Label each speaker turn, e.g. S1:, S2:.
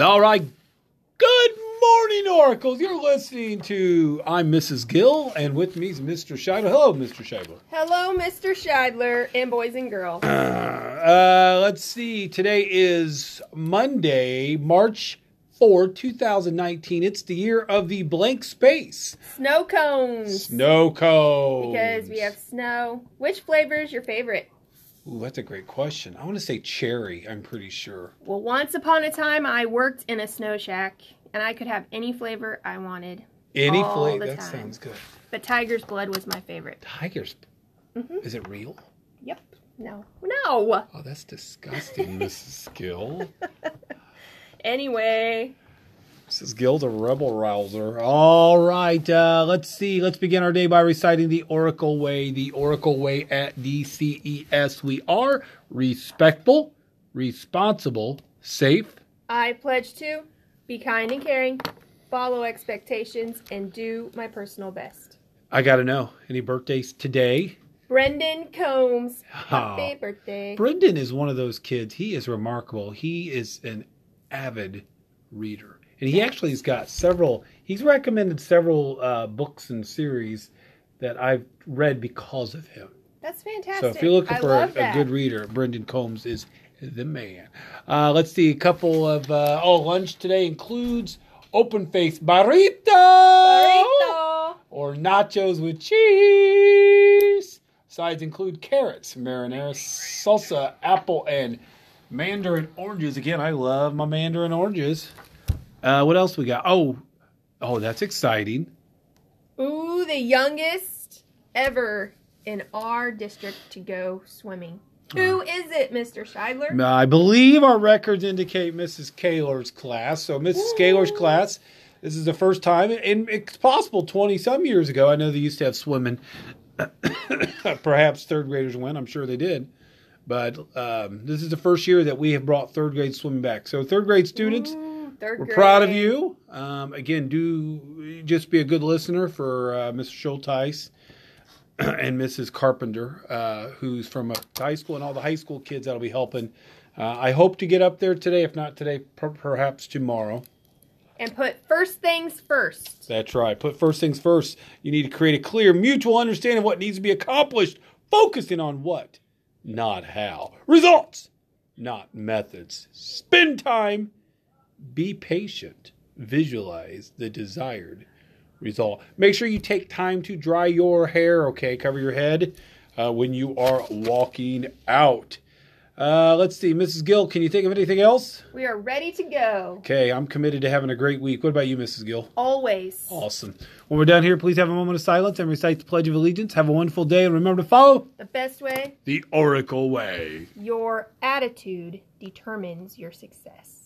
S1: All right. Good morning, Oracles. You're listening to I'm Mrs. Gill, and with me is Mr. Scheibler. Hello, Mr. Scheibler.
S2: Hello, Mr. Scheidler and boys and girls.
S1: Uh, let's see. Today is Monday, March 4, 2019. It's the year of the blank space.
S2: Snow cones.
S1: No code.
S2: Because we have snow. Which flavor is your favorite?
S1: Ooh, that's a great question. I want to say cherry, I'm pretty sure.
S2: Well, once upon a time, I worked in a snow shack and I could have any flavor I wanted.
S1: Any
S2: All
S1: flavor.
S2: the
S1: That
S2: time. Mm-hmm.
S1: sounds good.
S2: But tiger's blood was my favorite.
S1: Tiger's. Is it real?
S2: Yep. No. No.
S1: Oh, that's disgusting, Mrs. Gill.
S2: Anyway,
S1: Mrs. Gill's a rebel rouser. All right, uh, let's see. Let's begin our day by reciting the Oracle Way. The Oracle Way at DCES. We are respectful, responsible, safe.
S2: I pledge to be kind and caring, follow expectations, and do my personal best.
S1: I got to know. Any birthdays today?
S2: Brendan Combs.
S1: Ah.
S2: Happy birthday.
S1: Brendan is one of those kids. He is remarkable. He is an avid reader, and he actually has got several. He's recommended several uh, books and series that I've read because of him.
S2: That's fantastic.
S1: So if you're looking
S2: I
S1: for a,
S2: love
S1: a
S2: that.
S1: good reader, Brendan Combs is the man. Uh, let's see a couple of uh, oh lunch today includes open face burrito,
S2: Burrito.
S1: or nachos with cheese. Sides include carrots, marinara, salsa, apple, and mandarin oranges. Again, I love my mandarin oranges. Uh, what else we got? Oh, oh, that's exciting.
S2: Ooh, the youngest ever in our district to go swimming. Who is it, Mr. Scheidler?
S1: Now, I believe our records indicate Mrs. Kaler's class. So, Mrs. Kaler's class, this is the first time, and it's possible 20 some years ago. I know they used to have swimming. Perhaps third graders went. I'm sure they did. But um, this is the first year that we have brought third grade swimming back. So, third grade students,
S2: Third
S1: we're
S2: grade.
S1: proud of you. Um, again, do just be a good listener for uh, Mr. Schulteis and Mrs. Carpenter, uh, who's from a high school, and all the high school kids that'll be helping. Uh, I hope to get up there today, if not today, per- perhaps tomorrow.
S2: And put first things first.
S1: That's right. Put first things first. You need to create a clear, mutual understanding of what needs to be accomplished, focusing on what, not how. Results, not methods. Spend time. Be patient. Visualize the desired result. Make sure you take time to dry your hair, okay? Cover your head uh, when you are walking out. Uh, let's see. Mrs. Gill, can you think of anything else?
S2: We are ready to go.
S1: Okay, I'm committed to having a great week. What about you, Mrs. Gill?
S2: Always.
S1: Awesome. When we're done here, please have a moment of silence and recite the Pledge of Allegiance. Have a wonderful day and remember to follow
S2: The best way,
S1: the Oracle Way.
S2: your attitude determines your success.